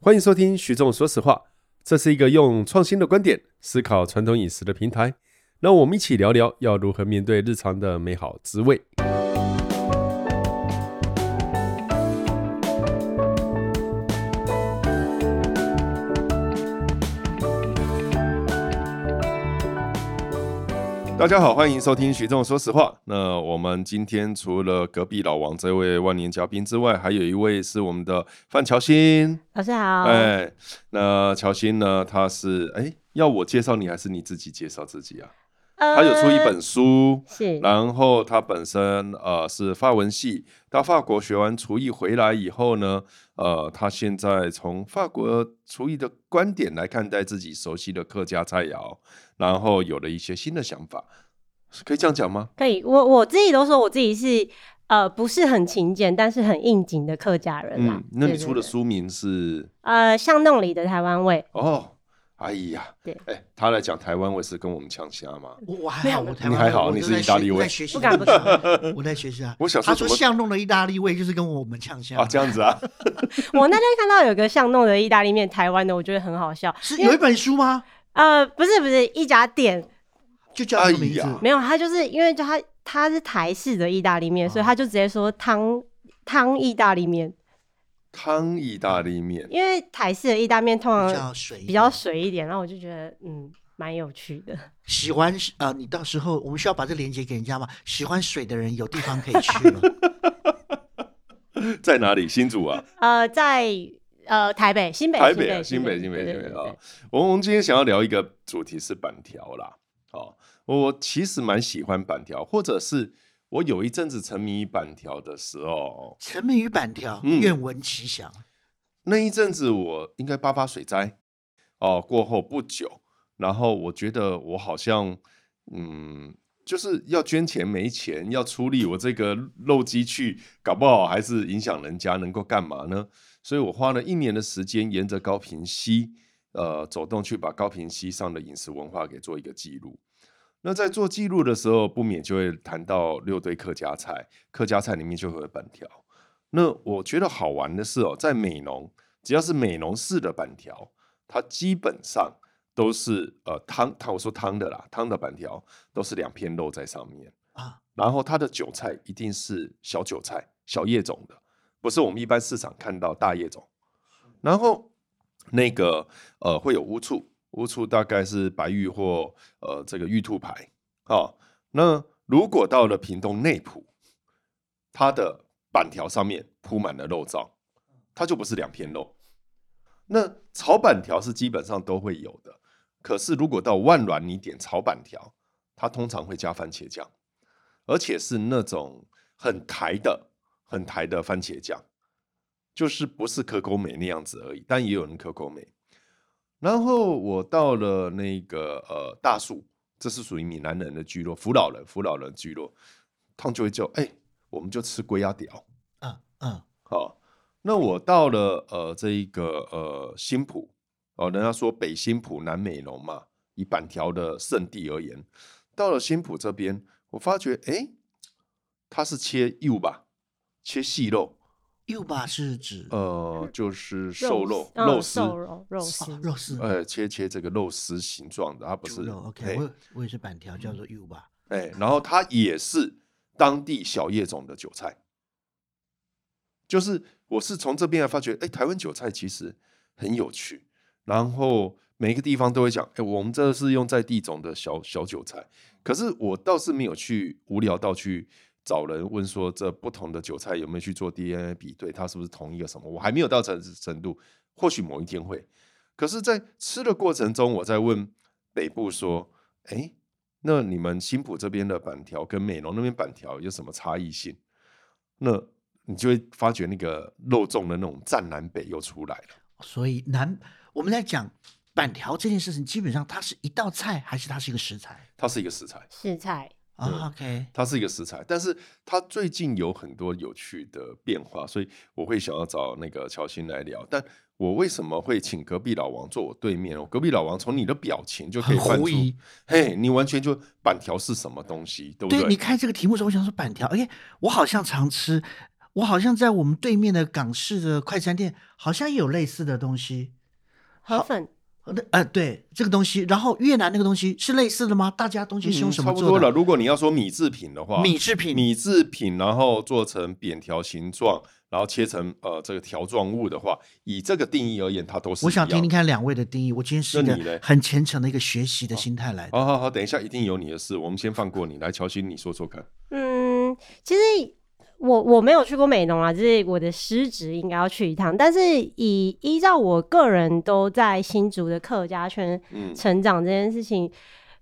欢迎收听徐总说实话，这是一个用创新的观点思考传统饮食的平台，让我们一起聊聊要如何面对日常的美好滋味。大家好，欢迎收听徐总说实话。那我们今天除了隔壁老王这位万年嘉宾之外，还有一位是我们的范乔欣。老师好，哎，那乔欣呢？他是哎，要我介绍你还是你自己介绍自己啊？呃他有出一本书，是然后他本身呃是法文系，到法国学完厨艺回来以后呢，呃，他现在从法国厨艺的观点来看待自己熟悉的客家菜肴，然后有了一些新的想法，是可以这样讲吗？可以，我我自己都说我自己是呃不是很勤俭，但是很应景的客家人啦。嗯，那你对对出的对书名是呃巷弄里的台 湾味，哦，哎呀，对哎，他来讲台湾，我是跟我们呛虾嘛。我我还好，没有我台你湾还好我你都是在意大学利我味在学习不他敢不们，敢 我在学习啊。我想说他怎说么巷弄的意大利味就是跟我们呛香啊，这样子啊，我那天看到有个巷弄的意大利面，台湾的，我觉得很好笑。啊是有一本书吗？呃，不是不是一家店，就叫这个名哎呀字。没有，他就是因为就他他是台式的意大利面，所哦以他就直接说汤汤意大利面，汤意大利面。 因为台式的意大利面通常比较水一点，比较水一点，然后我就觉得嗯蛮有趣的。喜欢啊、呃你到时候我们需要把这链接给人家吗？喜欢水的人有地方可以去 了。在哪里？新竹啊，呃，在呃台北、新北、台北啊，新新北，新对北，对新北对对啊。我我们今天想要聊一个主题是板条啦。哦，我其实蛮喜欢板条，或者是我有一阵子沉迷于板条的时候，沉迷于板条，嗯愿闻其详。那一阵子我应该八八水灾哦过后不久，然后我觉得我好像嗯。就是要捐钱没钱，要出力，我这个漏机去，搞不好还是影响人家，能够干嘛呢？所以我花了一年的时间，沿着高平溪，呃，走动去把高平溪上的饮食文化给做一个记录。那在做记录的时候，不免就会谈到六堆客家菜，客家菜里面就会有板条。那我觉得好玩的是哦，在美浓，只要是美浓市的板条，它基本上都是呃汤汤，我说汤的啦，汤的板条都是两片肉在上面啊。然后它的韭菜一定是小韭菜、小叶种的，不是我们一般市场看到大叶种。然后那个呃会有乌醋，乌醋大概是白玉或呃这个玉兔牌哦。那如果到了屏东内埔，它的板条上面铺满了肉燥，它就不是两片肉。那炒板条是基本上都会有的，可是如果到万峦你点炒板条，它通常会加番茄酱，而且是那种很台的、很台的番茄酱，就是不是可口美那样子而已，但也有人可口美。然后我到了那个呃大树，这是属于闽南人的聚落，福老人福老人聚落，他们就会叫哎、我们就吃龟鸭屌。嗯嗯，好，那我到了呃这一个呃新浦哦，人家说北新浦南美浓嘛，以板条的圣地而言，到了新浦这边，我发觉哎，诶它是切右吧，切细肉，又吧是指呃，就是瘦肉嗯肉丝，瘦肉肉丝哦，肉丝、呃，切切这个肉丝形状的，它不猪是哎肉。OK，嘿我我也是板条，叫做又吧。哎，然后它也是当地小叶种的韭菜，就是我是从这边来发觉，哎，台湾韭菜其实很有趣，然后每一个地方都会讲，哎，我们这是用在地种的小小韭菜，可是我倒是没有去无聊到去找人问说这不同的韭菜有没有去做 DNA 比对，它是不是同一个什么，我还没有到这程度，或许某一天会，可是，在吃的过程中，我在问北部说：“哎，那你们新浦这边的板条跟美浓那边板条有什么差异性？”那你就会发觉那个肉粽的那种占南北又出来了。所以南我们在讲板条这件事情，基本上它是一道菜，还是它是一个食材它是一个食材，食材，啊、对 o k 它是一个食材，但是它最近有很多有趣的变化，所以我会想要找那个乔欣来聊。但我为什么会请隔壁老王坐我对面？我隔壁老王从你的表情就可以很看狐出，疑。嘿，你完全就板条是什么东西，对不对你看这个题目的时候，我想说板条，哎，我好像常吃。我好像在我们对面的港式的快餐店，好像也有类似的东西。河粉呃那呃，对这个东西，然后越南那个东西是类似的吗？大家东西是用什嗯么差不做多的？了。如果你要说米制品的话，米制品，米制品，然后做成扁条形状，然后切成呃这个条状物的话，以这个定义而言，它都是我一样想的听听看两位的定义。我今天是一那你嘞啊个很虔诚的一个学习的心态来的。好好好，等一下一定有你的事，我们先放过你。来，乔欣，你说说看。嗯，其实我我没有去过美农啊，就是我的师侄应该要去一趟。但是以依照我个人都在新竹的客家圈嗯成长这件事情，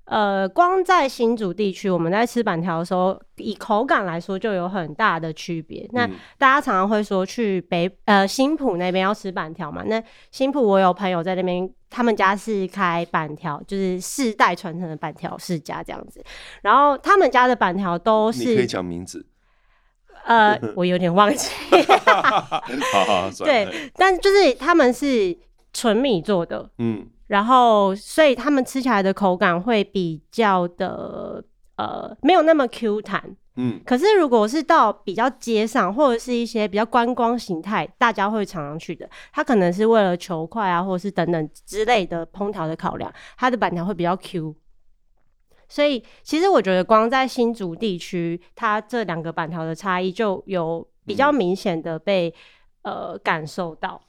呃，光在新竹地区，我们在吃板条的时候，以口感来说就有很大的区别。那嗯大家常常会说去北呃新浦那边要吃板条嘛，那新浦我有朋友在那边，他们家是开板条，就是世代传承的板条世家这样子。然后他们家的板条都你可以是讲名 字。 呃，我有点忘记，好好好，算 了，对，但就是他们是纯米做的，嗯，然后所以他们吃起来的口感会比较的呃没有那么 Q 弹。嗯可是如果是到比较街上或者是一些比较观光形态，大家会常常去的，它可能是为了求快啊，或者是等等之类的烹调的考量，它的板条会比较 Q。所以其实我觉得光在新竹地区，它这两个板条的差异就有比较明显的被、呃感受到。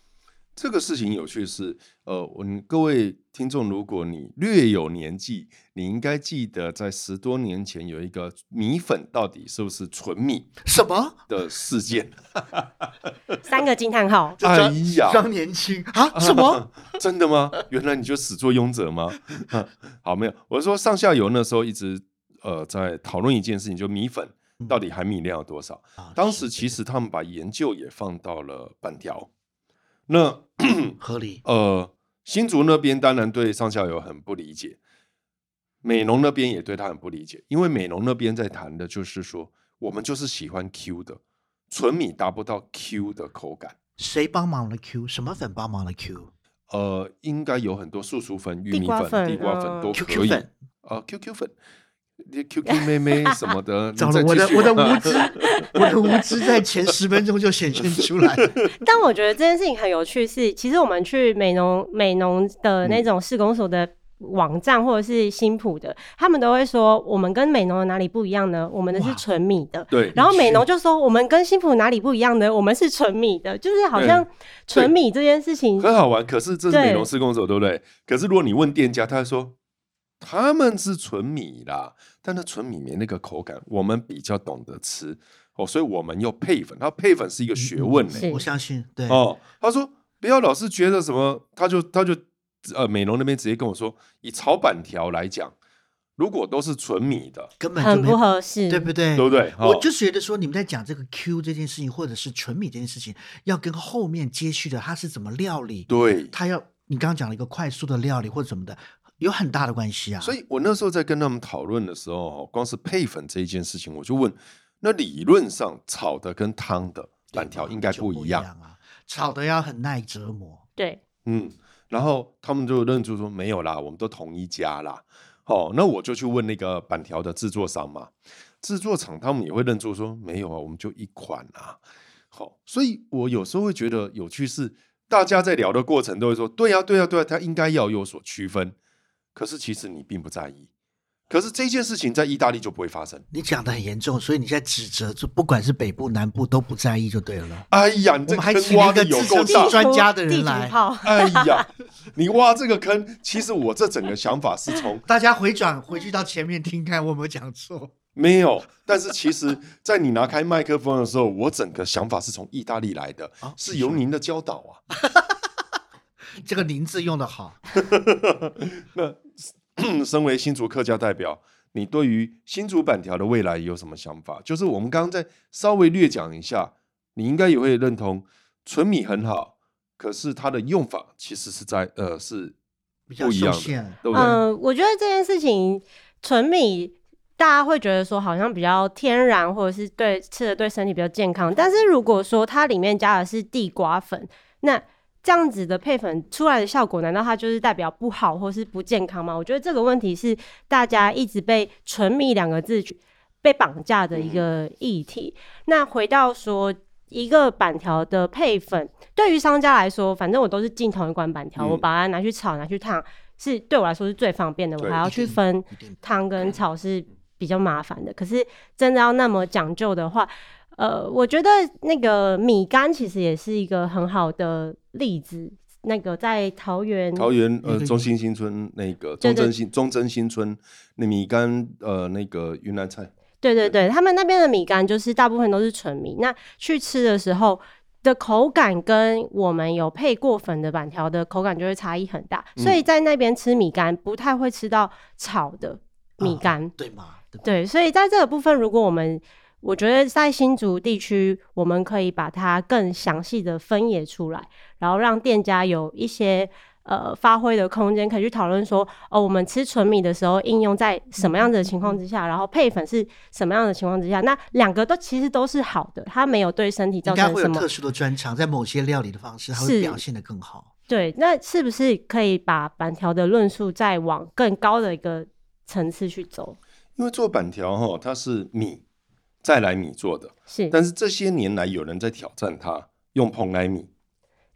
这个事情有趣是，呃，我们各位听众，如果你略有年纪，你应该记得在十多年前有一个米粉到底是不是纯米什么？的事 件。三个惊叹号，这哎张呀张年轻 啊？什么？真的吗？原来你就始作俑者吗？ 好，没有，我是说上下游那时候一直呃在讨论一件事情，就米粉嗯到底含米量有多少。啊当是时其实他们把研究也放到了板条。那合理，呃，新竹那边当然对上下游很不理解，美农那边也对他很不理解，因为美农那边在谈的就是说，我们就是喜欢 Q 的，纯米达不到 Q 的口感。谁帮忙了 Q？什么粉帮忙了 Q？QQ 呃，应该有很多素薯粉、玉地米瓜粉、粉地瓜粉呃都可以。粉，呃，QQ 粉、你 QQ 妹 妹什么 的，你糟再了，我继的续啊我的嘛无知，我的无知在前十分钟就显现出来了。但我觉得这件事情很有趣是，其实我们去美农美农嗯的那种市公所的网站或者是新浦的，他们都会说我们跟美农有哪里不一样呢？我们的是哇纯米的。对，然后美农就说我们跟新浦哪里不一样呢？我们是纯米的，就是好像纯米这件事情，很好玩。可是这是美对容施工手，对不对？可是如果你问店家，他会说他们是纯米啦，但那纯米没那个口感，我们比较懂得吃哦，所以我们用配粉。他配粉是一个 学问呢、是我相信，对，哦，他说不要老是觉得什么，他就他就呃美容那边直接跟我说，以炒板条来讲，如果都是纯米的，根本就很没不有，合适，对不对？对不对？哎我哦就觉得说，你们在讲这个 Q 这件事情，或者是纯米这件事情，要跟后面接续的它是怎么料理，对，它要你刚刚讲了一个快速的料理或者什么的，有很大的关系啊。所以我那时候在跟他们讨论的时候，哦光是配粉这一件事情，我就问，那理论上炒的跟汤的板条应该啊就不不一样样，啊，炒的要很耐折磨。对嗯，然后他们就认出说没有啦，我们都同一家啦。哦，那我就去问那个板条的制作商嘛，制作厂他们也会认出说没有啊，我们就一款啊。好、所以我有时候会觉得有趣是，大家在聊的过程都会说，对啊，对啊，对啊，他应该要有所区分。可是其实你并不在意，可是这件事情在意大利就不会发生。你讲的很严重，所以你现在指责，就不管是北部南部都不在意就对了。哎呀，你我这们还坑请了挖一个的有自够称大是，专家的人地来主炮，哎呀，你挖这个坑，其实我这整个想法是从大家回转回去到前面听看，我有没有讲错？没有，但是其实，在你拿开麦克风的时候，我整个想法是从意大利来的，啊是由您的教导啊。 这个“林”字用的好， 身为新竹客家代表，你对于新竹板条的未来有什么想法？就是我们刚刚在稍微略讲一下，你应该也会认同纯米很好，可是它的用法其实是在呃是比较不一受样的，限。对不对？嗯，我觉得这件事情纯米，大家会觉得说好像比较天然，或者是对吃的对身体比较健康。但是如果说它里面加的是地瓜粉，那这样子的配粉出来的效果，难道它就是代表不好或是不健康吗？我觉得这个问题是大家一直被“嗯纯米”两个字去被绑架的一个议题。那回到说一个板条的配粉，对于商家来说，反正我都是进同一罐板条，嗯我把它拿去炒、拿去烫，是对我来说是最方便的。我对还要去一定分一定汤跟炒是比较麻烦的。可是真的要那么讲究的话，呃，我觉得那个米干其实也是一个很好的例子。那个在桃园，桃园那呃个中心新村那个对中对正新中正新村那米干呃那个云南菜，对对对，他们那边的米干就是大部分都是纯米，那去吃的时候。的口感跟我们有配过粉的板条的口感就会差异很大，所以在那边吃米干不太会吃到炒的米啊干，对嘛？对吧对，所以在这个部分，如果我们我觉得在新竹地区，我们可以把它更详细的分野出来，然后让店家有一些呃发挥的空间，可以去讨论说，哦，我们吃纯米的时候应用在什么样子的情况之下，然后配粉是什么样的情况之下，那两个都其实都是好的，它没有对身体应造该成会什有么特殊的专长，在某些料理的方式，它是会表现得更好。对，那是不是可以把板条的论述再往更高的一个层次去走？因为做板条哈，它是米再来米做的，是但是这些年来有人在挑战它，用蓬莱米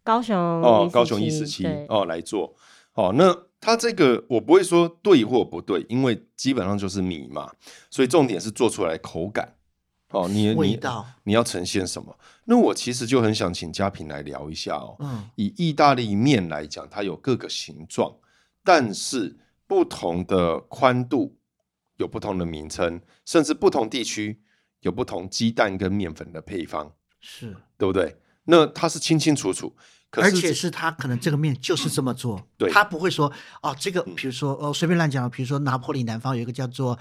高雄哦，高雄一四四七对哦来做哦。那它这个我不会说对或不对，因为基本上就是米嘛，所以重点是做出来口感哦，你味你道，你要呈现什么？那我其实就很想请嘉平来聊一下哦。嗯，以意大利面来讲，它有各个形状，但是不同的宽度有不同的名称，甚至不同地区有不同鸡蛋跟面粉的配方，是，对不对？那它是清清楚楚，可是而且是他可能这个面就是这么做，对他不会说哦，这个比如说哦，随便乱讲，比如说拿破里南方有一个叫做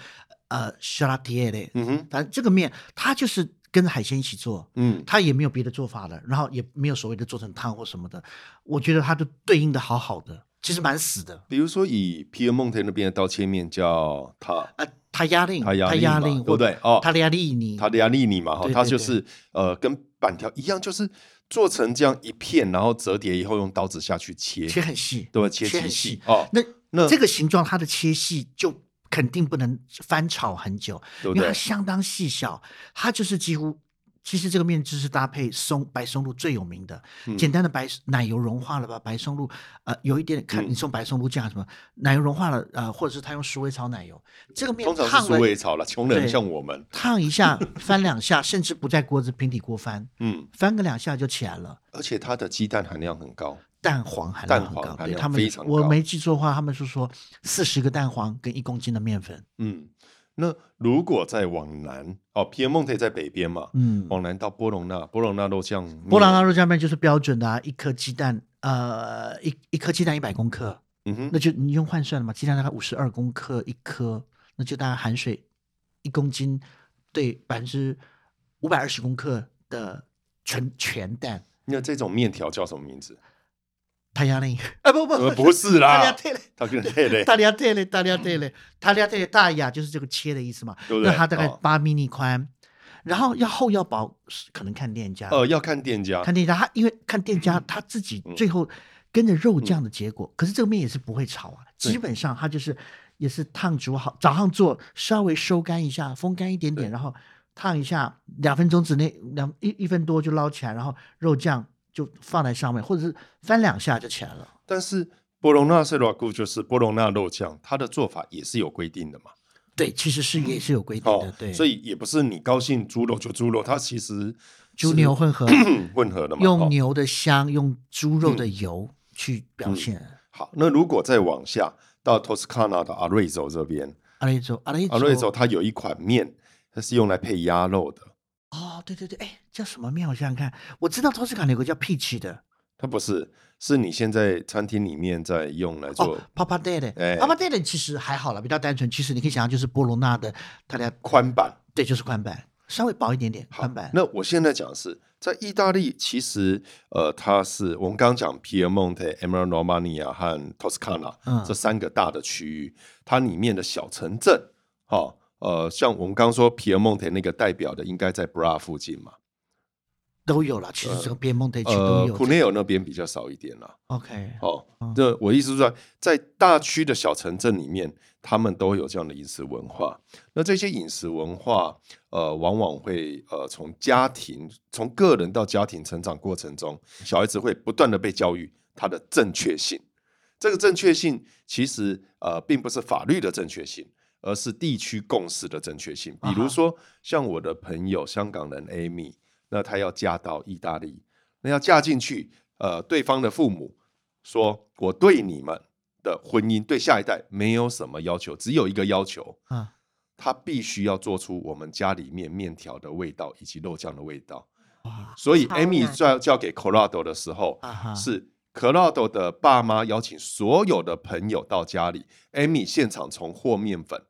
呃 s h a l a t i e 的，嗯哼，反正这个面它就是跟海鲜一起做，嗯，它也没有别的做法了，然后也没有所谓的做成汤或什么的，我觉得它都对应的好好的，其实蛮死的比如说以皮尔蒙特那边的刀切面叫它啊。他压令，它压他力压嘛令，对不对哦他压力你，它的亚利尼嘛，哈，对对它就是呃跟板条一样，就是做成这样一片，然后折叠以后用刀子下去切，切很细，对吧？切切极很细细哦，那那这个形状它的切细就肯定不能翻炒很久，对不因对为它？相当细小，它就是几乎。其实这个面芝是搭配松白松露最有名的，嗯简单的白奶油融化了吧，白松露呃有一点点看嗯你送白松露酱什么，奶油融化了呃，或者是他用鼠尾草奶油，这个面通常烫是了苏味炒了，穷人对像我们，烫一下翻两下，甚至不在锅子平底锅翻，嗯，翻个两下就起来了。而且它的鸡蛋含量很高，蛋黄含量蛋很黄高，含对量他们非常我高没记错的话，他们是说四十个蛋黄跟一公斤的面粉，嗯。那如果再往南，哦，皮埃蒙特在北边嘛，嗯，往南到波隆纳，波隆纳肉酱面，波兰腊肉酱面就是标准的啊，一颗鸡蛋，呃，一一颗鸡蛋一百公克，嗯哼那，就你用换算的嘛，鸡蛋大概五十二公克一颗，那就大概含水一公斤对百分之五百二十公克的全全蛋，那这种面条叫什么名字？他压力，啊不不呃，不是大家啦，对了。它跟对 对，大利亚对嘞，大利亚对嘞，大利亚对嘞，大雅就是这个切的意思嘛。对不对那它大概哦八 mini 宽，然后要厚要薄，是可能看店家。呃，要看店家看，店家，他因为看店嗯家他自己最后跟着肉酱的结果，可是这个面也是不会炒啊，对基本上它就是也是烫煮好，早上做稍微收干一下，风干一点点，然后烫一下，两分钟之内两一一分多就捞起来，然后肉酱就放在上面，或者是翻两下就起来了。但是波隆纳塞罗固就是波隆纳肉酱，它的做法也是有规定的嘛，对，其实是也是有规定的，哦，对，所以也不是你高兴猪肉就猪肉，它其实猪是嗯牛混合混合的嘛，哦用牛的香，用猪肉的油去表嗯现。好，那如果再往下到 Toscana 的阿瑞州这边，阿雷州，阿雷州，阿瑞州它有一款面，它是用来配鸭肉的，哦，对对对，哎，叫什么面？我想想看，我知道托斯卡有个叫 peach 的，它不是，是你现在餐厅里面在用来做哦，papa d a d 哎 e p a p a d a d e 其实还好了，比较单纯。其实你可以想象，就是波罗纳的，它的宽版。对，就是宽板，稍微薄一点点，宽板。那我现在讲的是，在意大利，其实呃，它是我们刚刚讲皮埃蒙特、Emilia Romagna 和 Toscana、嗯这三个大的区域，它里面的小城镇，哦，呃，像我们刚刚说皮埃蒙特那个代表的，应该在 Bra 附近嘛，都有了，其实整个边蒙特区都呃，有普这。内尔那边比较少一点啦。 OK，哦嗯，这我意思是说，在大区的小城镇里面，他们都有这样的饮食文化。那这些饮食文化，呃，往往会呃从家庭、从个人到家庭成长过程中，小孩子会不断的被教育它的正确性。这个正确性其实呃并不是法律的正确性，而是地区共识的正确性。比啊哈如说，像我的朋友香港人 Amy，那她要嫁到意大利，那要嫁进去，呃，对方的父母说：“我对你们的婚姻，对下一代没有什么要求，只有一个要求，啊，他必须要做出我们家里面面条的味道以及肉酱的味道。哇所以超 Amy 难交交给 Colorado 的时候，啊哈，哦是 Colorado 的爸妈邀请所有的朋友到家里，Amy 现场从和面粉，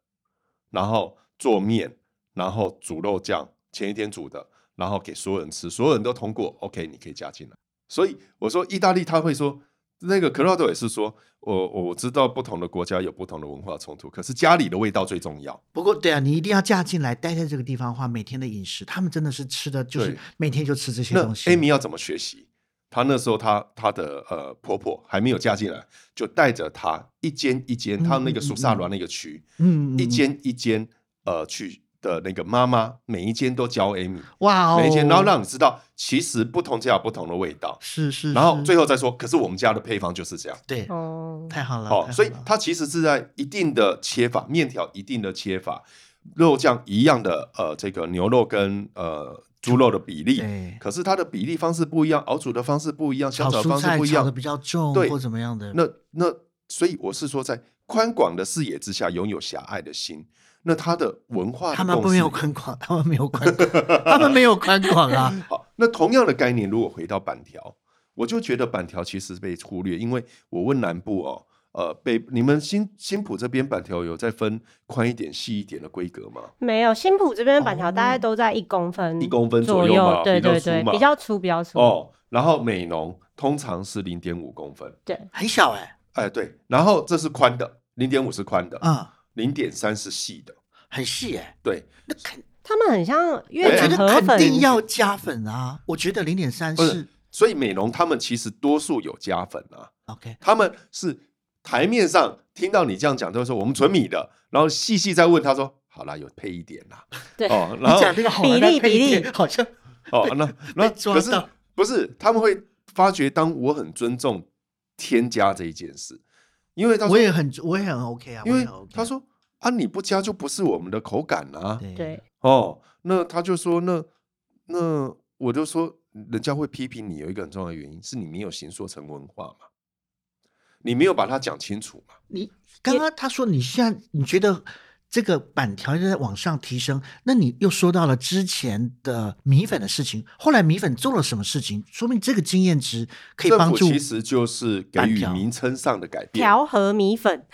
然后做面，然后煮肉酱，前一天煮的，然后给所有人吃，所有人都通过，OK，你可以加进来。所以我说意大利他会说。那个 Colorado 也是说，我我知道不同的国家有不同的文化冲突，可是家里的味道最重要。不过对啊，你一定要嫁进来，待在这个地方的话，每天的饮食，他们真的是吃的，就是对每天就吃这些那东西。 Amy 要怎么学习？她那时候她她的呃婆婆还没有嫁进来，就带着她一间一间，嗯她那个苏萨罗那个区，嗯，嗯，一嗯间一间呃去的那个妈妈，每一间都教 Amy，、哇哦，每一间，然后让你知道其实不同家有不同的味道，是是，然后是最后再说，可是我们家的配方就是这样。对，哦，太好了，太哦好，所以了它其实是在一定的切法，面条一定的切法，肉酱一样的呃，这个牛肉跟呃猪肉的比例对，可是它的比例方式不一样，熬煮的方式不一样，香炒炒的蔬方式菜不一炒样的，比较重对或怎么样的，那那所以我是说，在宽广的视野之下，拥有狭隘的心，那它的文化的他们共不没识有宽广，他们没有宽广，他们没有宽广啊。好，那同样的概念，如果回到板条，我就觉得板条其实被忽略，因为我问南部哦，呃，北你们新新浦这边板条有在分宽一点、细一点的规格吗？没有新浦这边的板条哦大概都在一公分一公分左左右嘛对比较对粗对，嘛比较粗比较粗，哦，然后美浓通常是零点五公分，对， 很小哎、哎，对，然后这是宽的，零点五是宽的，啊、零点三是细的，很细哎、对，那肯他们很像我越哎觉南得河肯粉，定要加粉啊。我觉得零点三不是是所以美浓他们其实多数有加粉啊， OK，他们是台面上听到你这样讲，都会说我们纯米的，然后细细再问他说，好啦，有配一点 啦，对哦，然你后讲这个好玩比但例配比一例点好像哦，那那被抓可是到不是他们会发觉，当我很尊重添加这一件事，因为他我说，也很我也很 OK 啊，因我也为很 OK 啊他说啊，你不加就不是我们的口感啊，对对，哦，那他就说那那我就说，人家会批评你有一个很重要的原因是你没有形塑成文化嘛，你没有把它讲清楚嘛。你刚刚他说你现在你觉得这个板条在往上提升，那你又说到了之前的米粉的事情，后来米粉做了什么事情？说明这个经验值可以政帮府助其实就是给板予条名称上的改变，调和米粉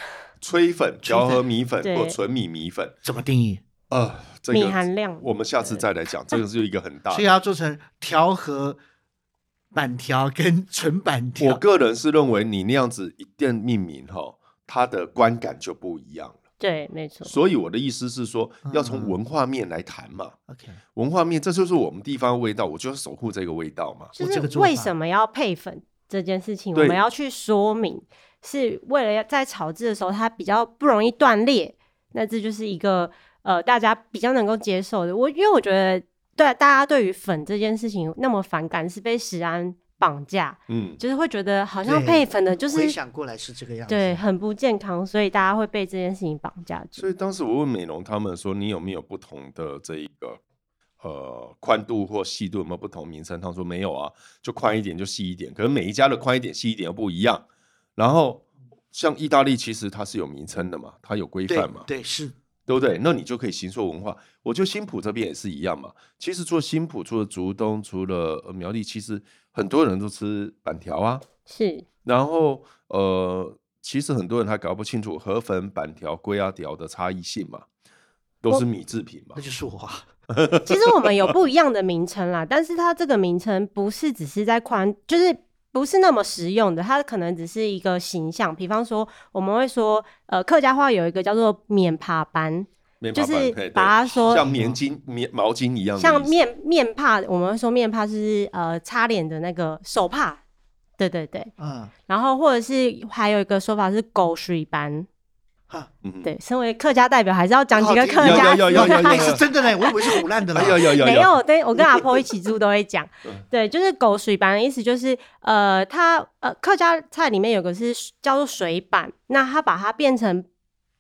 吹粉、调和米粉对或纯米米粉。怎么定义？呃，这米个含量我们下次再来 讲，这个是一个很大所以的。要做成调和板条跟纯板条。我个人是认为你那样子一定命名哈，它的观感就不一样了。对，没错，所以我的意思是说，要从嗯文化面来谈嘛， OK，文化面这就是我们地方的味道，我就要守护这个味道嘛。就我这个是做法为什么要配粉这件事情，我对们要去说明，是为了要在炒制的时候它比较不容易断裂，那这就是一个呃大家比较能够接受的。我因为我觉得对大家对于粉这件事情那么反感，是被食安绑架，嗯，就是会觉得好像对配粉的就回是想过来是这个样子。对很不健康，所以大家会被这件事情绑架住所。以当时我问美容他们说，你有没有不同的这一个呃宽度或细度有没有不同名称？他们说没有啊，就宽一点就细一点。可是每一家的宽一点细一点又不一样。然后像意大利其实它是有名称的嘛，它有规对范嘛，对是对不对？那你就可以行说文化。我觉得新浦这边也是一样嘛。其实除了新浦，除了竹东，除了呃苗栗，其实很多人都吃板条啊。是然后呃，其实很多人还搞不清楚河粉、板条、龟啊条的差异性嘛，都是米制品嘛那。就是我。其实我们有不一样的名称啦，但是它这个名称不是只是在宽，就是不是那么实用的，它可能只是一个形象。比方说，我们会说，呃，客家话有一个叫做“免爬班”，面就帕饭是嘿对把它说嗯像棉巾、棉毛巾一样的意思，像面面帕，我们会说面帕是呃擦脸的那个手帕，对对对。嗯，然后或者是还有一个说法是狗水斑，哈，嗯，对，身为客家代表还是要讲哦几个客要家要要要 要哎是真的嘞，我以为是胡乱的哎呀嘞。呀呀，没呀有，对我跟阿婆一起住都会 讲嗯，对，就是狗水板的意思就是，呃，它呃客家菜里面有个是叫做水板，那它把它变成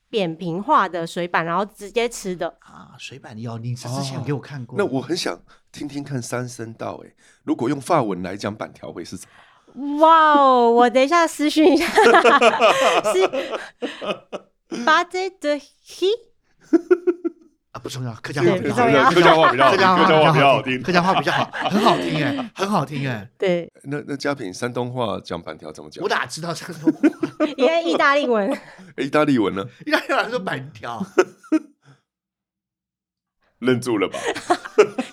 扁平化的水板，然后直接吃的，啊，水板的妖精是之前给我看过。那我很想听听看三声道哎、如果用法文来讲板条会是什么？哇哦！我等一下私讯一 下，是巴这的嘿，啊不重要，客家话对比较不重要好，客家话比较好客听，家客家话话比较好听 听，客。家话比较好，很好听哎，很好听哎。对，那那嘉平山东话讲板条怎么讲我？哪知道这个 东西？因为意大利文， 诶意大利文呢？一来有人说板条，愣住了吧？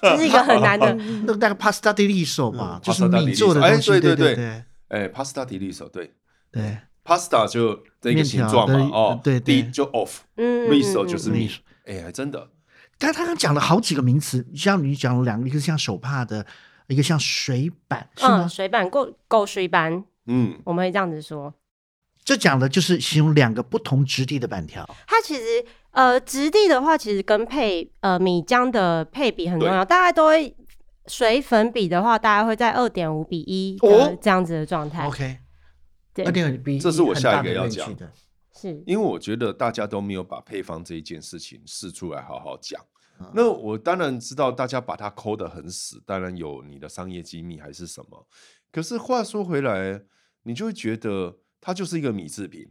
这是一个很难 的。哦嗯那那个 pasta di riso 嘛嗯，就是 pasta di 米做的 riso，哎东西，对对对对哎、p a s t a 提利手对对。 ，pasta 就这个面形条状嘛对，哦，对对 d 就 off，riso 嗯，就是嗯米 riso，哎、还真的，但他刚讲了好几个名词，像你讲了两个，一个像手帕的，一个像水板，是嗯，吗？水板够够水板，嗯，我们会这样子说。这讲的就是形容两个不同质地的板条。它其实呃，质地的话，其实跟配呃米浆的配比很重要，对大概都会水粉比的话，大概会在二点五比一的哦这样子的状态。 OK，对二点五比这是我很大下一个的要 range 讲的。是，因为我觉得大家都没有把配方这一件事情试出来好好讲嗯。那我当然知道大家把它抠得很死，当然有你的商业机密还是什么。可是话说回来，你就会觉得它就是一个米制品。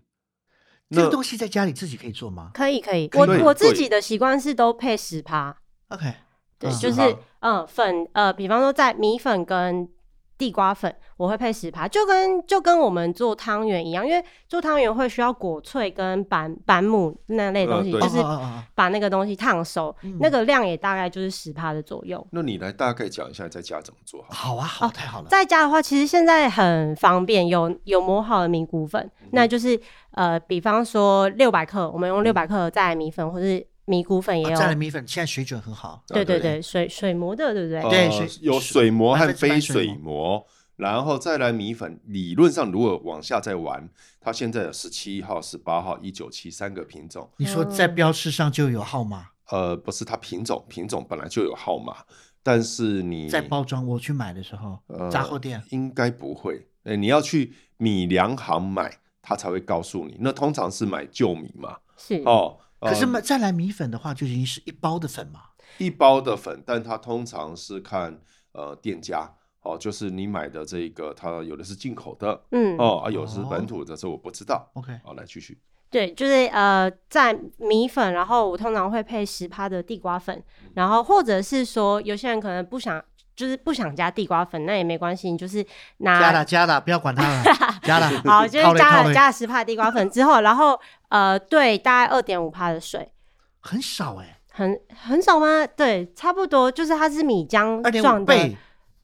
这那个东西在家里自己可以做吗可以可以。可以我对我对啊自己的习惯是都配十趴。 ？OK，对，嗯就是10%嗯粉呃，比方说在米粉跟地瓜粉，我会配十趴，就跟就跟我们做汤圆一样，因为做汤圆会需要果脆跟板板母那类东西，嗯对就是哦哦哦哦把那个东西烫熟，嗯那个量也大概就是十趴的左右。那你来大概讲一下在家怎么做好？好啊，哦好，太好了。在家的话，其实现在很方便，有有磨好的米谷粉，嗯那就是呃，比方说六百克，我们用六百克在米粉，或是米谷粉也啊有，再来米粉，现在水准很好。对对啊对对，水水磨的，对不对？对呃水有水磨百和分之百非水水磨，然后再来米粉。理论上，如果往下再玩，它现在有十七号、十八号、一九七三个品种。你说在标识上就有号码，呃，不是它品种，品种本来就有号码，但是你在包装，我去买的时候嗯呃，杂货店应该不会。哎、你要去米粮行买，它才会告诉你。那通常是买旧米嘛，是哦。嗯可呃是买再来米粉的话，就已经是一包的粉嘛。一包的粉，但它通常是看呃店家哦，就是你买的这个，它有的是进口的嗯哦，啊，有的是哦本土的，这我不知道。 OK，啊好，来继续。对，就是呃，在米粉，然后我通常会配十趴的地瓜粉，然后或者是说有些人可能不想，就是不想加地瓜粉，那也没关系，你就是加了拿加了，不要管它 了，加了。好，就套是嘞加套了嘞加了十趴地瓜粉之后，然后呃，对，大概二点五趴的水，很少哎，很很少吗？对，差不多，就是它是米浆二点状的五倍，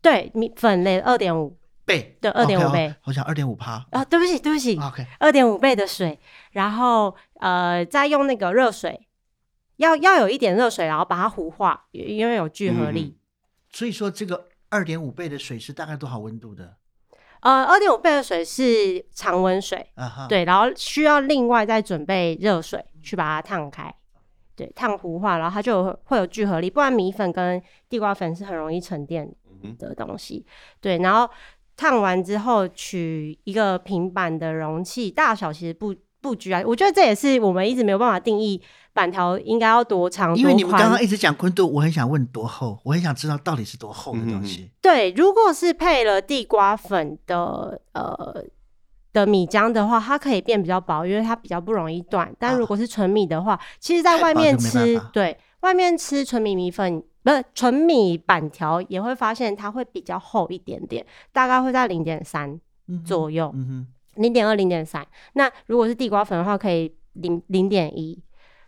对，米粉类二点五倍对 OK， 2.5哦倍我想二点五趴。啊，对不起，对不起， OK，二点五倍的水，然后呃，再用那个热水，要要有一点热水，然后把它糊化，因因为有聚嗯合力。所以说这个二点五倍的水是大概多少温度的？呃，二点五倍的水是常温水，啊哈，，对，然后需要另外再准备热水去把它烫开，对，烫糊化，然后它就有会有聚合力，不然米粉跟地瓜粉是很容易沉淀嗯的东西，对，然后烫完之后取一个平板的容器，大小其实不不拘啊，我觉得这也是我们一直没有办法定义板条应该要多长因为你多们刚宽刚。一直讲宽度，我很想问多厚，我很想知道到底是多厚的东西。对，如果是配了地瓜粉的呃的米浆的话，它可以变比较薄，因为它比较不容易断。但啊如果是纯米的话，其实在外面太薄就没吃办法，对外面吃纯米米粉。不是纯米板条也会发现它会比较厚一点点，大概会在零点三嗯哼左右。嗯哼。零点二、零点三。那如果是地瓜粉的话，可以零零点一，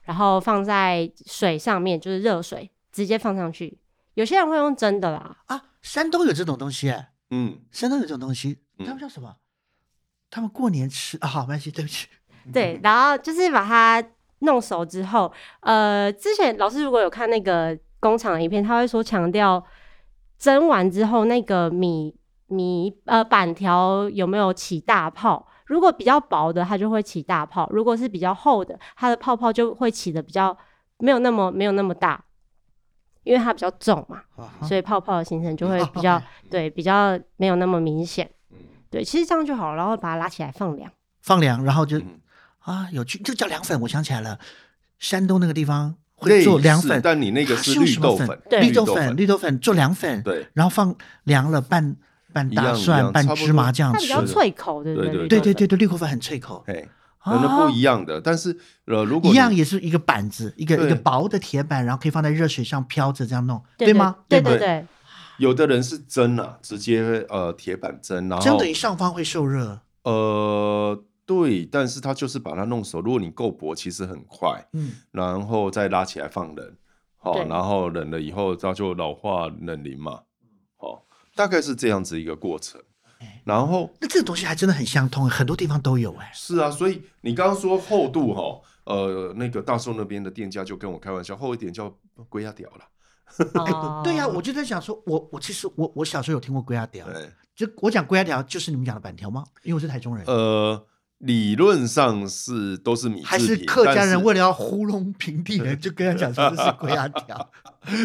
然后放在水上面，就是热水直接放上去。有些人会用蒸的啦，啊，山东有这种东西哎，嗯，山东有这种东西，他们嗯叫什么？他们过年吃啊，好，没关系，对不起，对，然后就是把它弄熟之后，呃，之前老师如果有看那个工厂的影片，他会说强调蒸完之后那个米米呃板条有没有起大泡。如果比较薄的，它就会起大泡；如果是比较厚的，它的泡泡就会起的比较没有那么没有那么大，因为它比较重嘛，嗯啊哦所以泡泡的形成就会比较、对比较没有那么明显。嗯对，其实这样就好了，然后把它拉起来放凉。放凉，然后就嗯啊，有趣，就叫凉粉。我想起来了，山东那个地方类会做似凉粉，但你那个它是用绿什么豆粉粉，，对绿豆豆粉，绿豆粉做凉粉，对然后放凉了拌拌一大样一蒜、样拌差不芝多麻酱它比是吃较的的。脆口，对不对对对绿对对豆对粉对，绿豆粉很脆口，哎，啊可能不一样的，但是呃，如果一你样也是一个板子，一个一个对薄的铁板，然后可以放在热水上飘着这样弄，对对吗？对吗对对对，有的人是蒸啊，直接呃铁板蒸，然蒸后等于上方会受热，呃对，但是它就是把它弄熟。如果你够薄，其实很快，嗯，然后再拉起来放冷，好、对然后冷了以后，它就老化冷凝嘛，哦，大概是这样子一个过程。哎然后那这个东西还真的很相通，很多地方都有哎、是啊，所以你刚刚说厚度哈，呃，那个大寿那边的店家就跟我开玩笑，厚一点叫龟鸭屌了，哦 对呀、我就在想说，我我其实我我小时候有听过龟鸭条，对，就我讲龟鸭条就是你们讲的板条吗？因为我是台中人，呃，理论上是都是米制品，还是客家但人为了要糊弄平地人，就跟他讲说这是龟鸭条。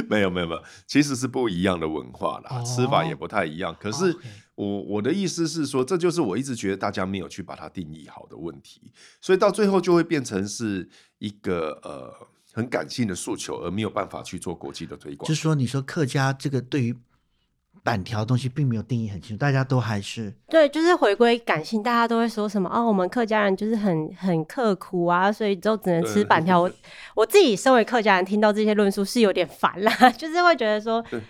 没有没有没有，其实是不一样的文化啦，哦吃法也不太一样。 可是 OK 我我的意思是说，这就是我一直觉得大家没有去把它定义好的问题，所以到最后就会变成是一个呃很感性的诉求，而没有办法去做国际的推广就是。说，你说客家这个对于板条东西并没有定义很清楚，大家都还是对，就是回归感性，大家都会说什么哦，我们客家人就是很很刻苦啊，所以就只能吃对板条。我我自己身为客家人，听到这些论述是有点烦啦， 就是会觉得说对，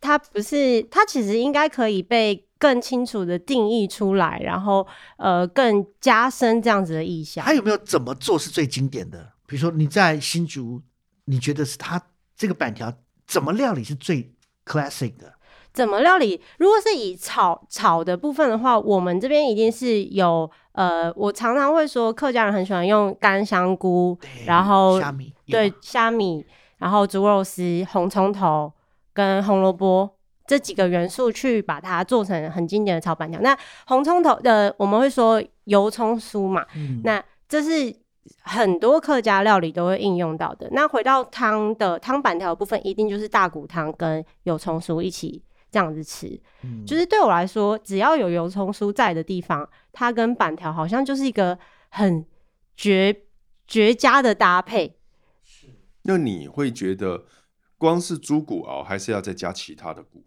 它不是，它其实应该可以被更清楚的定义出来，然后呃更加深这样子的意象还。有没有怎么做是最经典的？比如说你在新竹，你觉得是它这个板条怎么料理是最 classic 的？怎么料理？如果是以炒炒的部分的话，我们这边一定是有呃，我常常会说客家人很喜欢用干香菇，然后虾米有对吗虾米，然后猪肉丝、红葱头跟红萝卜这几个元素去把它做成很经典的炒板条。那红葱头的我们会说油葱酥嘛，嗯那这是很多客家料理都会应用到的。那回到汤的汤板条的部分，一定就是大骨汤跟油葱酥一起这样子吃。嗯就是对我来说，只要有油葱酥在的地方，它跟板条好像就是一个很绝绝佳的搭配。那你会觉得光是猪骨熬，还是要再加其他的骨，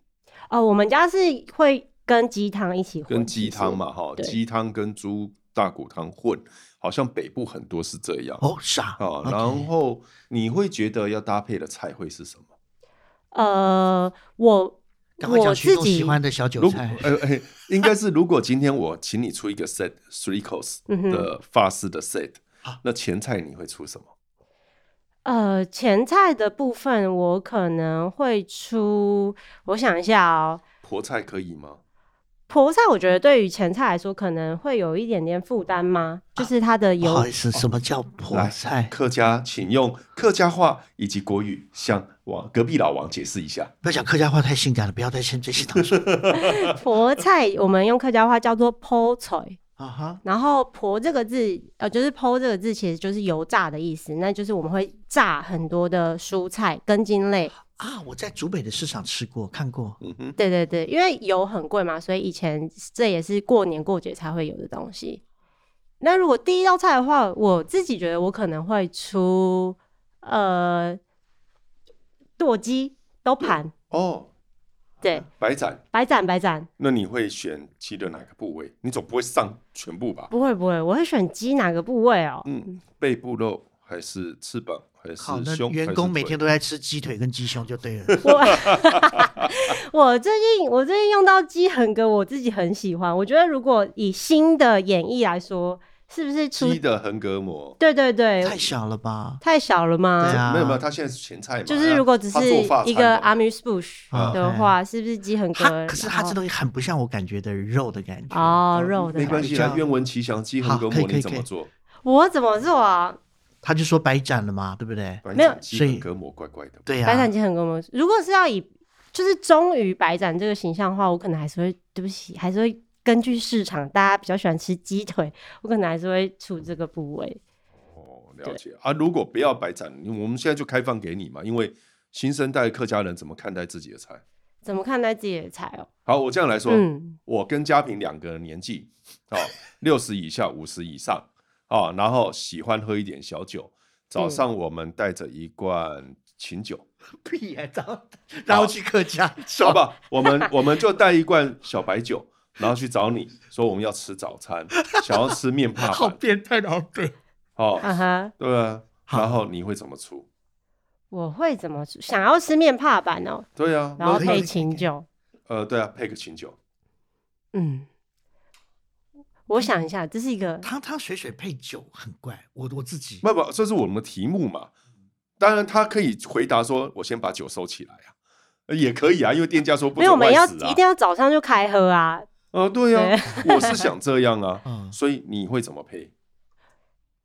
哦，我们家是会跟鸡汤一起混，跟鸡汤嘛哈，对鸡汤跟猪大骨汤混，好像北部很多是这样。哦傻啊，然后你会觉得要搭配的菜会是什么？其实。呃，我赶快讲我徐自总己喜欢的小韭如果菜，呃，哎应该是如果今天我请你出一个 set three course 嗯哼的法式的 set，、啊那前菜你会出什么？呃前菜的部分，我可能会出，我想一下哦。婆菜可以吗？婆菜我觉得对于前菜来说可能会有一点点负担吗？就是它的不油好意思，什么叫 婆来菜？客家，请用客家话以及国语向王隔壁老王解释一下。不要讲客家话太性感了，不要再先追 系统说婆菜，我们用客家话叫做剖菜。啊哈。然后“婆”这个字，呃，就是“剖”这个字，其实就是油炸的意思。那就是我们会炸很多的蔬菜、根茎类。啊，我在竹北的市场吃过，看过。嗯哼，对对对，因为油很贵嘛，所以以前这也是过年过节才会有的东西。那如果第一道菜的话，我自己觉得我可能会出呃剁鸡、都盘，哦，对，白斩，白斩白斩。那你会选鸡的哪个部位？你总不会上全部吧？不会不会，我会选鸡哪个部位哦？嗯，背部肉还是翅膀还好，是那胸？员工每天都都在吃鸡腿跟鸡胸就对了。我最近我最近用到鸡横哥，我自己很喜欢。我觉得如果以新的演绎来说，是不是出？鸡的横膈膜。对对对，太小了吧？太小了吗？对啊没有没有，他现在是前菜嘛。啊就是如果只他是做法一餐个的 a m u s bush 啊的话，是不是鸡横它哥？可是它这东西很不像我感觉的肉的感觉。哦肉啊的嗯没关感觉，系啦，愿闻其详，鸡横好膈可以膜可以你怎可么以做？我怎么做啊？他就说白斩了嘛，对不对？没有所以隔膜怪怪的。对 呀、白斩鸡很跟我们，如果是要以就是忠于白斩这个形象的话，我可能还是会对不起，还是会根据市场大家比较喜欢吃鸡腿，我可能还是会出这个部位。哦，了解啊。如果不要白斩，我们现在就开放给你嘛，因为新生代客家人怎么看待自己的菜？怎么看待自己的菜哦？好，我这样来说，嗯，我跟嘉平两个人年纪啊， 六十以下，五十以上啊，然后喜欢喝一点小酒。早上我们带着一罐琴酒，屁呀、然后 然后去客家，好不好？我们 我们就带一罐小白酒，然后去找你说我们要吃早餐，想要吃面帕好饭，变态的，好对。哦，啊哈，对啊。好然后你会怎么出？我会怎么想要吃面帕版哦，对啊，然后那配那清酒。呃，对啊，配个琴酒，嗯，我想一下，这是一个汤汤水水配酒很怪，我我自己不不，这是我们的题目嘛。当然，他可以回答说：“我先把酒收起来啊。”呃也可以啊，因为店家说不没有，准我们外要食啊一定。要早上就开喝啊。啊，对啊， 我是想这样啊。 嗯所以你会怎么配？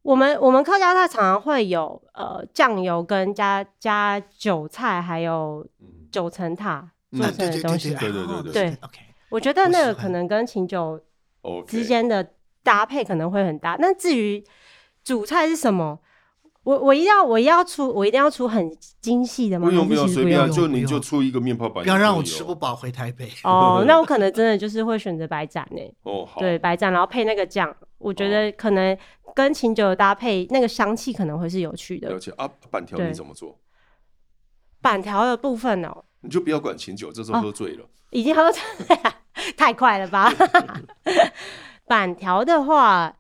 我们我们客家菜常常会有呃酱油跟加加韭菜，还有嗯九层塔嗯做啊，成对对的对东西。对对对哦对对，OK，我觉得那我个喜欢可能跟清酒之，OK，间的搭配可能会很搭。那至于主菜是什么，我我一定要我一定要出我一定要出很精细的吗？不用还不是用其实随便啊，用就不你就用出一个面包板，不要让我吃不饱回台北。哦， 那我可能真的就是会选择白斩欸诶、哦，好，哦对，白蘸，然后配那个酱，我觉得可能跟清酒的搭配，那个香气可能会是有趣了的。解啊。板条对你怎么做？板条的部分哦，你就不要管琴酒，这是哦喝醉了。已经喝 太快了 吧？板条的话，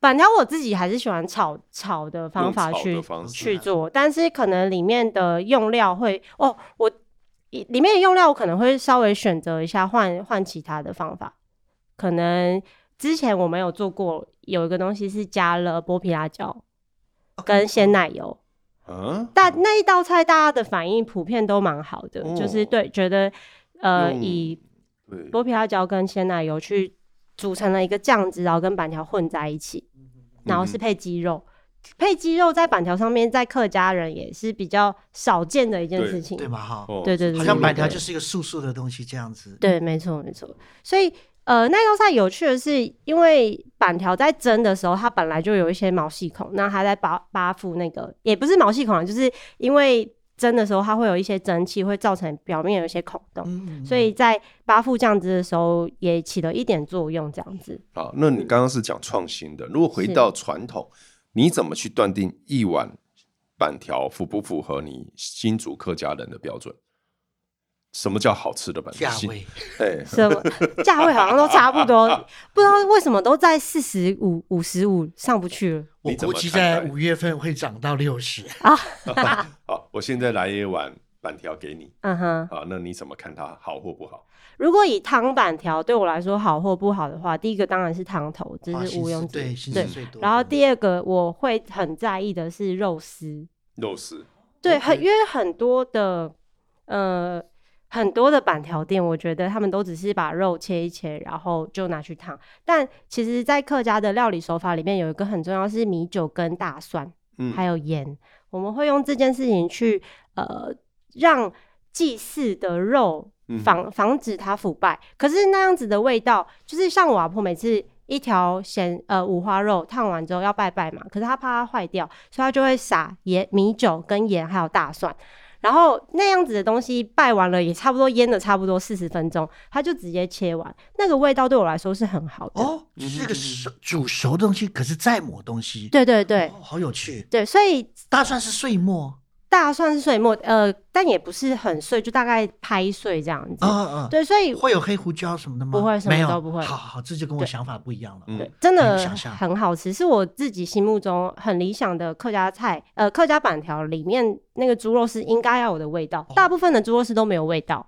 板条我自己还是喜欢炒炒的方用法炒去的方式去做，但是可能里面的用料会哦，我里里面的用料我可能会稍微选择一下换换其他的方法，可能之前我们有做过有一个东西是加了剥皮辣椒哦跟鲜奶油，嗯，但那一道菜大家的反应普遍都蛮好的，就是哦对觉得呃用以对，剥皮辣椒跟鲜奶油嗯去组成了一个酱汁，然后跟板条混在一起，嗯然后是配鸡肉。配鸡肉在板条上面，在客家人也是比较少见的一件对事情。对吧？哈，哦对对对好像板条对就是一个素素的东西这样子。对，没错没错。所以呃，那道菜有趣的是，因为板条在蒸的时候，它本来就有一些毛细孔，那它在扒扒附那个也不是毛细孔啊，就是因为蒸的时候它会有一些蒸汽，会造成表面有一些孔洞，嗯，所以在扒附酱汁的时候也起了一点作用，这样 子。好，那你刚刚是讲创新的，如果回是到传统，你怎么去断定一碗板条符不符合你新竹客家人的标准？什么叫好吃的板条？价新位哎，什么价位好像都差不 多，不知道为什么都在四十五、五十五上不去了。我你怎估么计看在待五月份会涨到六十。好，我现在来一碗板条给你。嗯哼，好，那你怎么看它好或不好？如果以汤板条对我来说好或不好的话，第一个当然是汤头，这啊是薪毋庸资置对，疑。薪对资最多。然后第二个我会很在意的是肉丝，肉丝，对， OK 很因为很多的呃很多的板条店，我觉得他们都只是把肉切一切，然后就拿去烫。但其实，在客家的料理手法里面，有一个很重要是米酒跟大蒜。嗯，还有盐，我们会用这件事情去呃让祭祀的肉嗯防防止它腐败。可是那样子的味道，就是像我阿婆每次一条咸呃五花肉烫完之后要拜拜嘛，可是她怕它坏掉，所以她就会撒盐、米酒跟盐还有大蒜。然后那样子的东西拜完了也差不多腌了差不多四十分钟，它就直接切完，那个味道对我来说是很好的。哦，只是个熟煮熟的东西，可是再抹东西。嗯对对对哦，好有趣。对，所以大蒜是碎末大蒜是碎末，呃，但也不是很碎，就大概拍碎这样子。啊啊，对，所以会有黑胡椒什么的吗？不会什么没有都不会好好，这就跟我对想法不一样了。嗯对真的很想象很好吃，是我自己心目中很理想的客家菜。呃，客家板条里面那个猪肉丝应该要有的味道，哦大部分的猪肉丝都没有味道。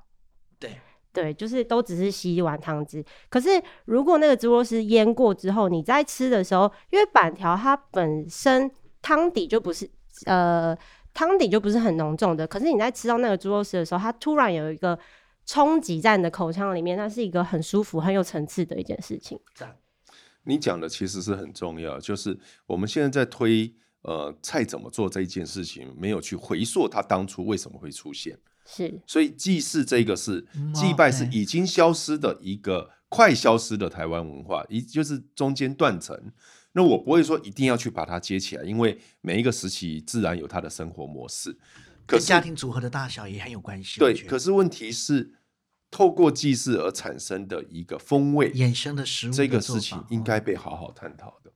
对对，就是都只是吸完汤汁。可是如果那个猪肉丝腌过之后，你在吃的时候，因为板条它本身汤底就不是呃汤底就不是很浓重的，可是你在吃到那个猪肉丝的时候，它突然有一个冲击在你的口腔里面，那是一个很舒服、很有层次的一件事情。你讲的其实是很重要，就是我们现在在推呃菜怎么做这一件事情，没有去回溯它当初为什么会出现。是所以祭祀这个是嗯祭拜是 OK 已经消失的一个快消失的台湾文化，一就是中间断层。那我不会说一定要去把它接起来，因为每一个时期自然有它的生活模式。可跟是家庭组合的大小也很有关系。我对，觉得可是问题是透过祭祀而产生的一个风味，衍生的食物这的个做事情法应哦该被好好探讨的。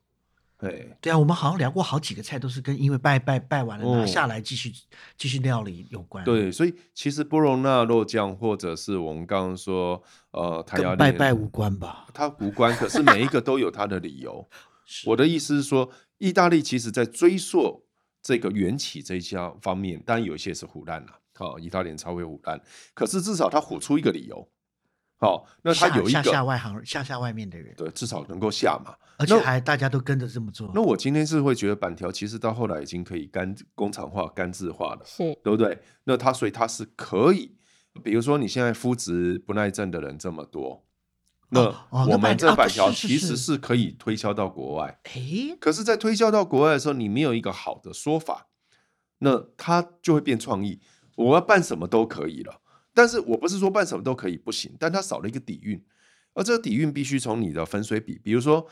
对，对啊，我们好像聊过好几个菜，都是跟因为拜拜拜完了拿哦下来继续继续料理有关。，对，所以其实波隆纳肉酱，或者是我们刚刚说，呃，台跟湾拜拜无关吧？它无关，可是每一个都有它的理 由。是我的意思是说，意大利其实在追溯这个缘起这一家方面，当然有一些是胡乱了，好、意大利人超会胡乱，可是至少他唬出一个理由，好、那他有一下下下个外行下下外面的人，对，至少能够下嘛。而且还大家都跟着这么做。那我今天是会觉得板条其实到后来已经可以干工厂化、干制化了。是对不对？那它所以它是可以，比如说你现在肤质不耐症的人这么多，那哦那我板们啊这板是条是其是实是可以推销到国外。诶，可是，在推销到国外的时候，你没有一个好的说法，那它就会变创意。我要办什么都可以了，但是我不是说办什么都可以不行，但它少了一个底蕴，而这个底蕴必须从你的分水比，比如说，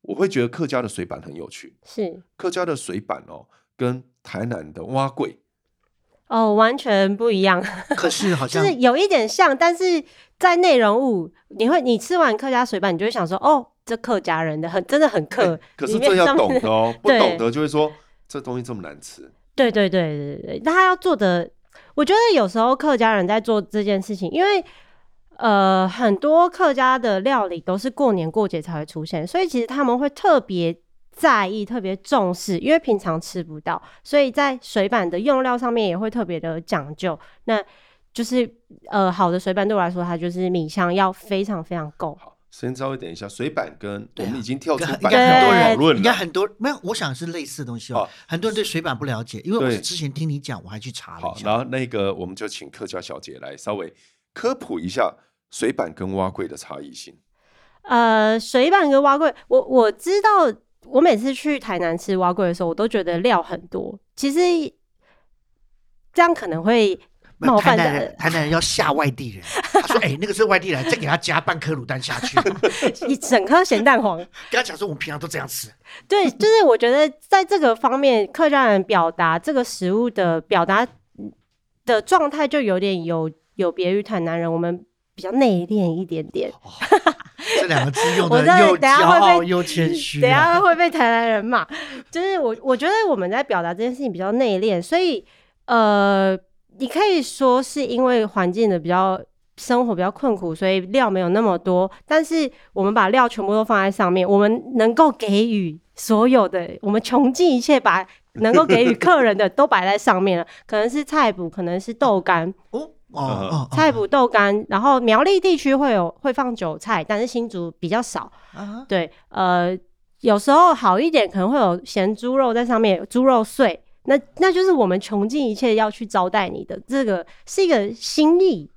我会觉得客家的水板很有趣，是客家的水板哦，跟台南的蛙柜哦，完全不一样，可是好就像是有一点像，但是在内容物，你会你吃完客家水板，你就会想说，哦，这客家人的很真的很客，哎可里是面这要上面懂的 哦，不对懂得就会说这东西这么难吃。对对对对对对，但他要做的，我觉得有时候客家人在做这件事情，因为呃很多客家的料理都是过年过节才会出现，所以其实他们会特别在意、特别重视，因为平常吃不到，所以在水板的用料上面也会特别的讲究。那就是呃好的水板对我来说，它就是米香要非常非常够。好，先稍微等一下，水板跟对我啊们已经跳出应该板应该条很多人讨论应该了。很多没有，我想是类似的东西哦哦。很多人对水板不了解，因为我对是之前听你讲，我还去查了好一，然下。后那个我们就请客家小姐来稍微科普一下水板跟蛙柜的差异性。呃，水板跟蛙桂，我我知道，我每次去台南吃蛙桂的时候，我都觉得料很多。其实这样可能会没有冒台犯南的人，台南人要吓外地人，他说：“哎，那个是外地人，再给他加半颗卤蛋下 去。”呃一整颗咸蛋黄。跟他讲说，我们平常都这样吃。对，就是我觉得在这个方面，客家人表达这个食物的表达的状态，就有点有有别于台南人，我们比较内敛一点点。这两个字用的我真的又等骄下会被嗯傲又谦虚、等一啊。下会被台南人骂。 就是我，我觉得我们在表达这件事情比较内敛，所以呃，你可以说是因为环境的比较生活比较困苦，所以料没有那么多。但是我们把料全部都放在上面，我们能够给予所有的，我们穷尽一切把。能够给予客人的都摆在上面了，可能是菜脯，可能是豆干，哦哦嗯哦，哦菜脯豆干，然后苗栗地区会有会放韭菜，但是新竹比较少，啊，对，呃，有时候好一点可能会有咸猪肉在上面，猪肉碎，那那就是我们穷尽一切要去招待你的，这个是一个心意。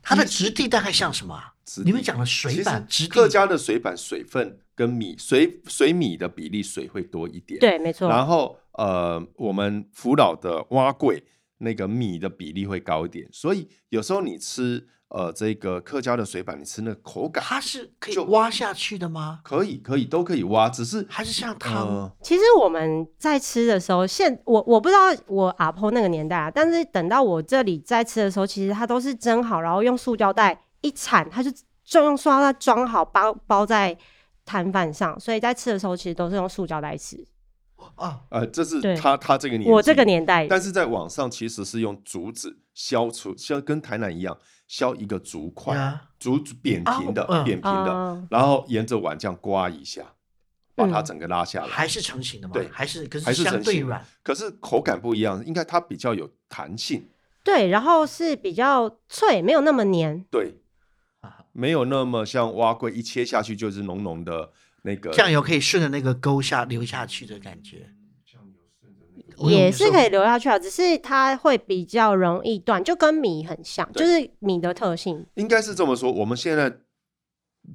它的质地大概像什么啊？质地你们讲的水板其质实地，客家的水板水分跟米水水米的比例水会多一点，。对，没错，然后呃，我们福岛的蛙桂那个米的比例会高一点，所以有时候你吃呃这个客家的水板，你吃那个口感它是可以就挖下去的吗？可以可以都可以挖，只是还是像汤？呃其实我们在吃的时候，现我我不知道我阿婆那个年代啊，但是等到我这里在吃的时候，其实它都是蒸好，然后用塑胶袋一铲，它就就用塑胶袋装好，包包在摊贩上，所以在吃的时候其实都是用塑胶袋吃。哦，呃，这是对他他这个年纪，我这个年代，但是在网上其实是用竹子削出，像跟台南一样削一个竹块，呀竹竹扁平的、啊嗯扁平的，啊然后沿着碗这样刮一下，把它嗯整个拉下来。还是成型的吗？对还是可还是相成对型的软。可是口感不一样，应该它比较有弹性，对，然后是比较脆，没有那么黏。对，啊没有那么像蛙龟一切下去就是浓浓的那个酱油可以顺着那个沟下流下去的感觉，哦我有也是时候可以留下去啊，只是它会比较容易断，就跟米很像，就对是米的特性。应该是这么说。我们现在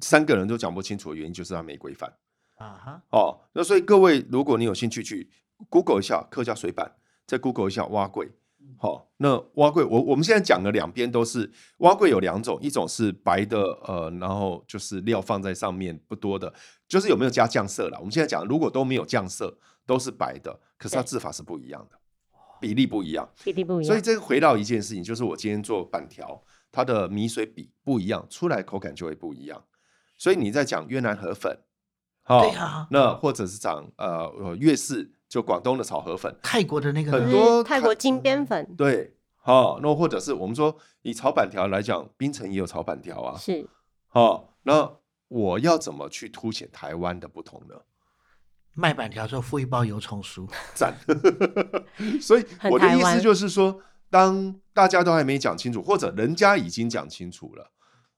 三个人都讲不清楚的原因就是它没规范。啊哈。哦，那所以各位，如果你有兴趣去 Google 一下客家水板，再 Google 一下蛙柜。嗯好，那蛙柜，我我们现在讲的两边都是蛙柜有两种，一种是白的，呃，然后就是料放在上面不多的，就是有没有加酱色啦。我们现在讲，如果都没有酱色，都是白的，可是它对制法是不一样的，比例不一样。比例不一样。所以这个回到一件事情，就是我今天做板条，它的米水比不一样，出来口感就会不一样。所以你在讲越南河粉，好对啊呀那或者是讲呃呃粤式，就广东的炒河粉，泰国的那个很就是多泰看国金边粉对，好、那或者是我们说以炒板条来讲，槟城也有炒板条啊，是好、那我要怎么去凸显台湾的不同呢？ 卖板条时候附一包油葱酥，赞。所以很我的台意思湾就是说，当大家都还没讲清楚，或者人家已经讲清楚了，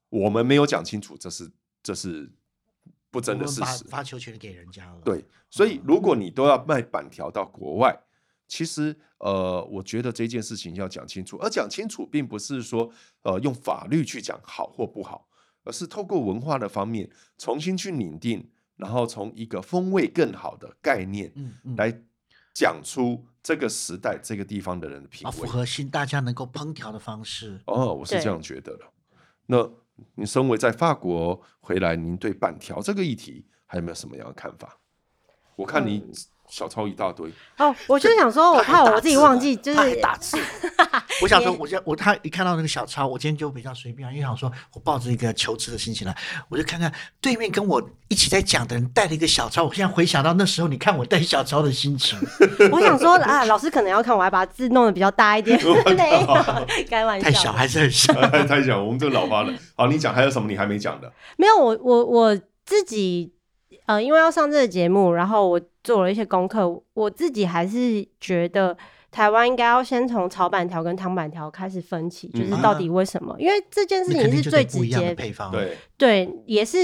我们没有讲清楚，这是这是不争的我们事把实。发球权给人家了。对，所嗯以如果你都要卖板条到国外，其实呃，我觉得这件事情要讲清楚，而讲清楚并不是说呃用法律去讲好或不好，而是透过文化的方面重新去拟定，然后从一个风味更好的概念，嗯，嗯来讲出这个时代、这个地方的人的品啊，符味。合新大家能够烹调的方式。哦，我是对这样觉得的。那你身为在法国回来，您对板条这个议题还有没有什么样的看法？我看你小抄一大堆，哦，我就 想说，我怕我自己忘记，就他还是打字。我想说，我就我他一看到那个小抄，我今天就比较随便，因为想说我抱着一个求知的心情来，我就看看对面跟我一起在讲的人带了一个小抄。我现在回想到那时候，你看我带小抄的心情，我想说啊，老师可能要看，我还把字弄得比较大 一点， 没有， 开玩带小笑。孩子很像。太讲我们这老八了。好，你讲还有什么你还没讲的？没有，我我我自己呃，因为要上这个节目，然后我做了一些功课，我自己还是觉得。台湾应该要先从炒板条跟汤板条开始分歧，就是嗯到底为什么？因为这件事你肯情定是就最得直不一样接的配方，，对，对，也是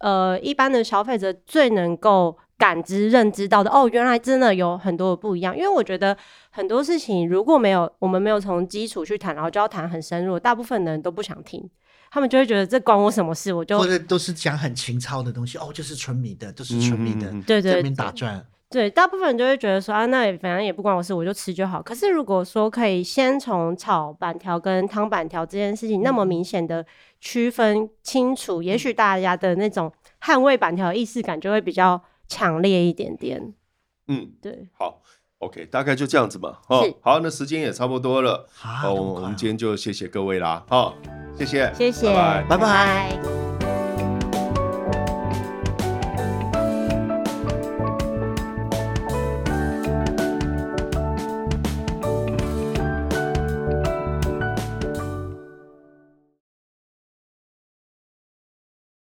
呃，一般的消费者最能够感知、认知到的。哦，原来真的有很多的不一样。因为我觉得很多事情如果没有我们没有从基础去谈，然后就要谈很深入，大部分的人都不想听，他们就会觉得这关我什么事？我就或者都是讲很情操的东西。哦，就是纯米的，都是纯米的嗯嗯嗯嗯，对在那对边打转。对，大部分人就会觉得说啊，那也反正也不关我事，我就吃就好。可是如果说可以先从炒板条跟汤板条这件事情那么明显的区分清嗯楚，也许大家的那种捍卫板条的意识感就会比较强烈一点点。嗯，对，好，OK，大概就这样子嘛。哦是，好，那时间也差不多了。啊，好，那么我们快我啊们今天就谢谢各位啦。好，谢谢，谢谢，拜拜。拜拜拜